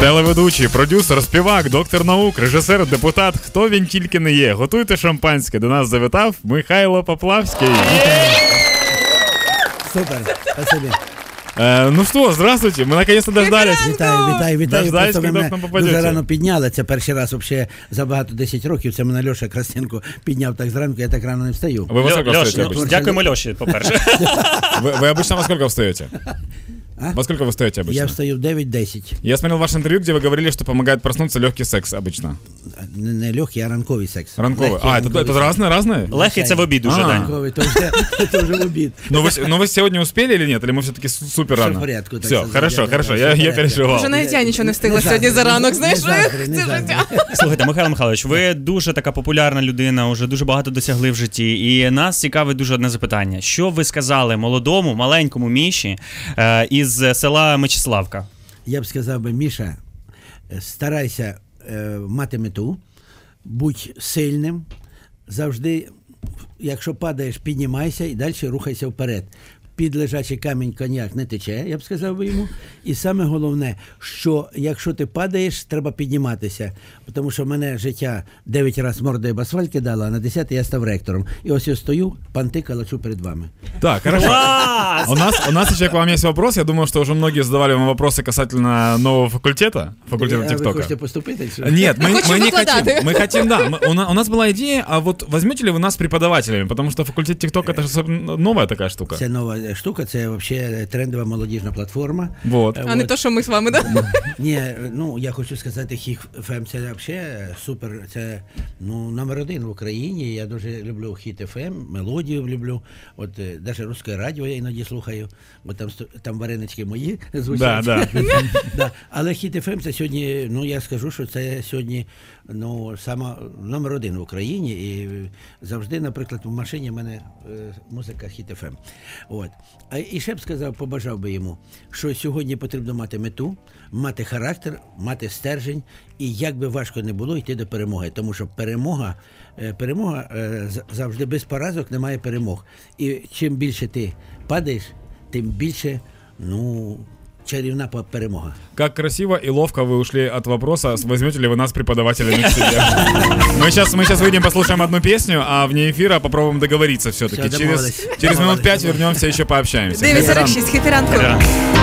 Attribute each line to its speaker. Speaker 1: Телеведучий, продюсер, співак, доктор наук, режисер, депутат. Хто він тільки не є. Готуйте шампанське. До нас завітав Михайло Поплавський.
Speaker 2: Супер, спасибі.
Speaker 1: Е, ну що, здравствуйте, ми наконец-то дождались.
Speaker 2: Вітаю, вітаю, вітаю.
Speaker 1: Дождались,
Speaker 2: Просто ви
Speaker 1: коли
Speaker 2: мене
Speaker 1: к нам попадете.
Speaker 2: дуже рано підняли. Це перший раз взагалі за багато 10 років. Це мене Льоша Крастенко підняв так зранку, я так рано не встаю.
Speaker 1: Ви високо
Speaker 3: Льош,
Speaker 1: встаєте?
Speaker 3: ну, дякуємо Льоші, по-перше.
Speaker 1: Вы, вы обычно во сколько встаете?
Speaker 2: А?
Speaker 1: Во сколько вы встаете обычно?
Speaker 2: Я
Speaker 1: Я,
Speaker 2: встаю в 9-10.
Speaker 1: смотрел ваше интервью, где вы говорили, что помогает проснуться легкий секс обычно.
Speaker 2: Не, не легкий, а ранковий секс.
Speaker 1: Ранковый.
Speaker 2: Легкий
Speaker 1: а, это,
Speaker 2: ранковий
Speaker 1: это
Speaker 2: секс.
Speaker 1: разное, разное?
Speaker 3: Легкий це в обід уже,
Speaker 1: А.
Speaker 3: Дань.
Speaker 2: Ранковий, то вже, то вже в обід.
Speaker 1: Но вы, с- но вы сегодня успели или нет? Или мы все-таки супер
Speaker 2: Всё
Speaker 1: рано?
Speaker 2: в порядку, так
Speaker 1: Все,
Speaker 2: сказать,
Speaker 1: хорошо,
Speaker 2: да,
Speaker 1: хорошо,
Speaker 2: да,
Speaker 1: я,
Speaker 2: всё
Speaker 1: я
Speaker 2: в порядку.
Speaker 1: переживал.
Speaker 4: Вже навіть я нічого не встигла
Speaker 2: Не
Speaker 4: сьогодні
Speaker 2: завтра,
Speaker 4: за ранок.
Speaker 2: не
Speaker 4: Знаєш,
Speaker 2: завтра,
Speaker 4: ех,
Speaker 2: не
Speaker 4: це
Speaker 2: завтра.
Speaker 4: життя.
Speaker 3: Слухайте, Михайло Михайлович, ви дуже така популярна людина, вже дуже багато досягли в житті. І нас цікавить дуже одне запитання: що ви сказали молодому, маленькому Міші е, із села Мечиславка?
Speaker 2: Я б сказав би, Міша, е, старайся е, мати мету, будь сильним, завжди, якщо падаєш, піднімайся і далі рухайся вперед. Під лежачий камінь коньяк не тече, я б сказав би йому. І саме головне, що якщо ти падаєш, треба підніматися. Тому що мене життя 9 разів мордою об асфальт кидало, а на 10 я став ректором. І ось я стою, панти калачу перед вами.
Speaker 1: Так, хорошо. У нас, у нас еще к вам есть вопрос. Я думаю, что уже многие задавали вам вопросы касательно нового факультета, факультета
Speaker 2: Е, а ви
Speaker 1: ТикТока.
Speaker 2: хочете поступити? чи що?
Speaker 1: Нет, мы,
Speaker 4: Мы хотим
Speaker 1: мы не
Speaker 4: выкладать.
Speaker 1: хотим. Мы хотим, да. Мы- у, на- у нас была идея, а вот возьмете ли вы нас преподавателями? Потому что факультет ТикТок это же соб- новая такая штука.
Speaker 2: Це нова е, штука, це взагалі трендова молодіжна платформа. Е,
Speaker 1: Вот.
Speaker 4: А не то, що ми з вами, да?
Speaker 2: Ні, ну я хочу сказати, хіг ФМ це взагалі супер. Це ну номер один в Україні. Я дуже люблю хіт ФМ, мелодію люблю. От е, навіть русське радіо я іноді слухаю, бо там сто- там варенички мої звучать.
Speaker 1: Да,
Speaker 2: Да. Але хіт ФМ це сьогодні. Ну я скажу, що це сьогодні ну сама номер один в Україні. І завжди, наприклад, в машині в мене е, музика хіт ФМ. От а і ще б сказав, побажав би йому, що сьогодні потрібно мати мету, мати характер, мати стержень, і як би важко не було йти до перемоги, тому що перемога, е, перемога е, з- завжди без поразок немає перемог. І чим більше ти падаєш, тим більше ну чарівна п- перемога.
Speaker 1: Как красиво и ловко вы ушли от вопроса, с- возьмете ли вы нас преподавателями к себе. Мы сейчас, мы сейчас выйдем, послушаем одну песню, а вне эфира попробуем договориться все-таки.
Speaker 2: Всё,
Speaker 1: через,
Speaker 2: домовились.
Speaker 1: через минут
Speaker 2: Домовились,
Speaker 1: пять
Speaker 2: домовились.
Speaker 1: вернемся, еще пообщаемся.
Speaker 4: 9.46, хити ранку.
Speaker 3: Да.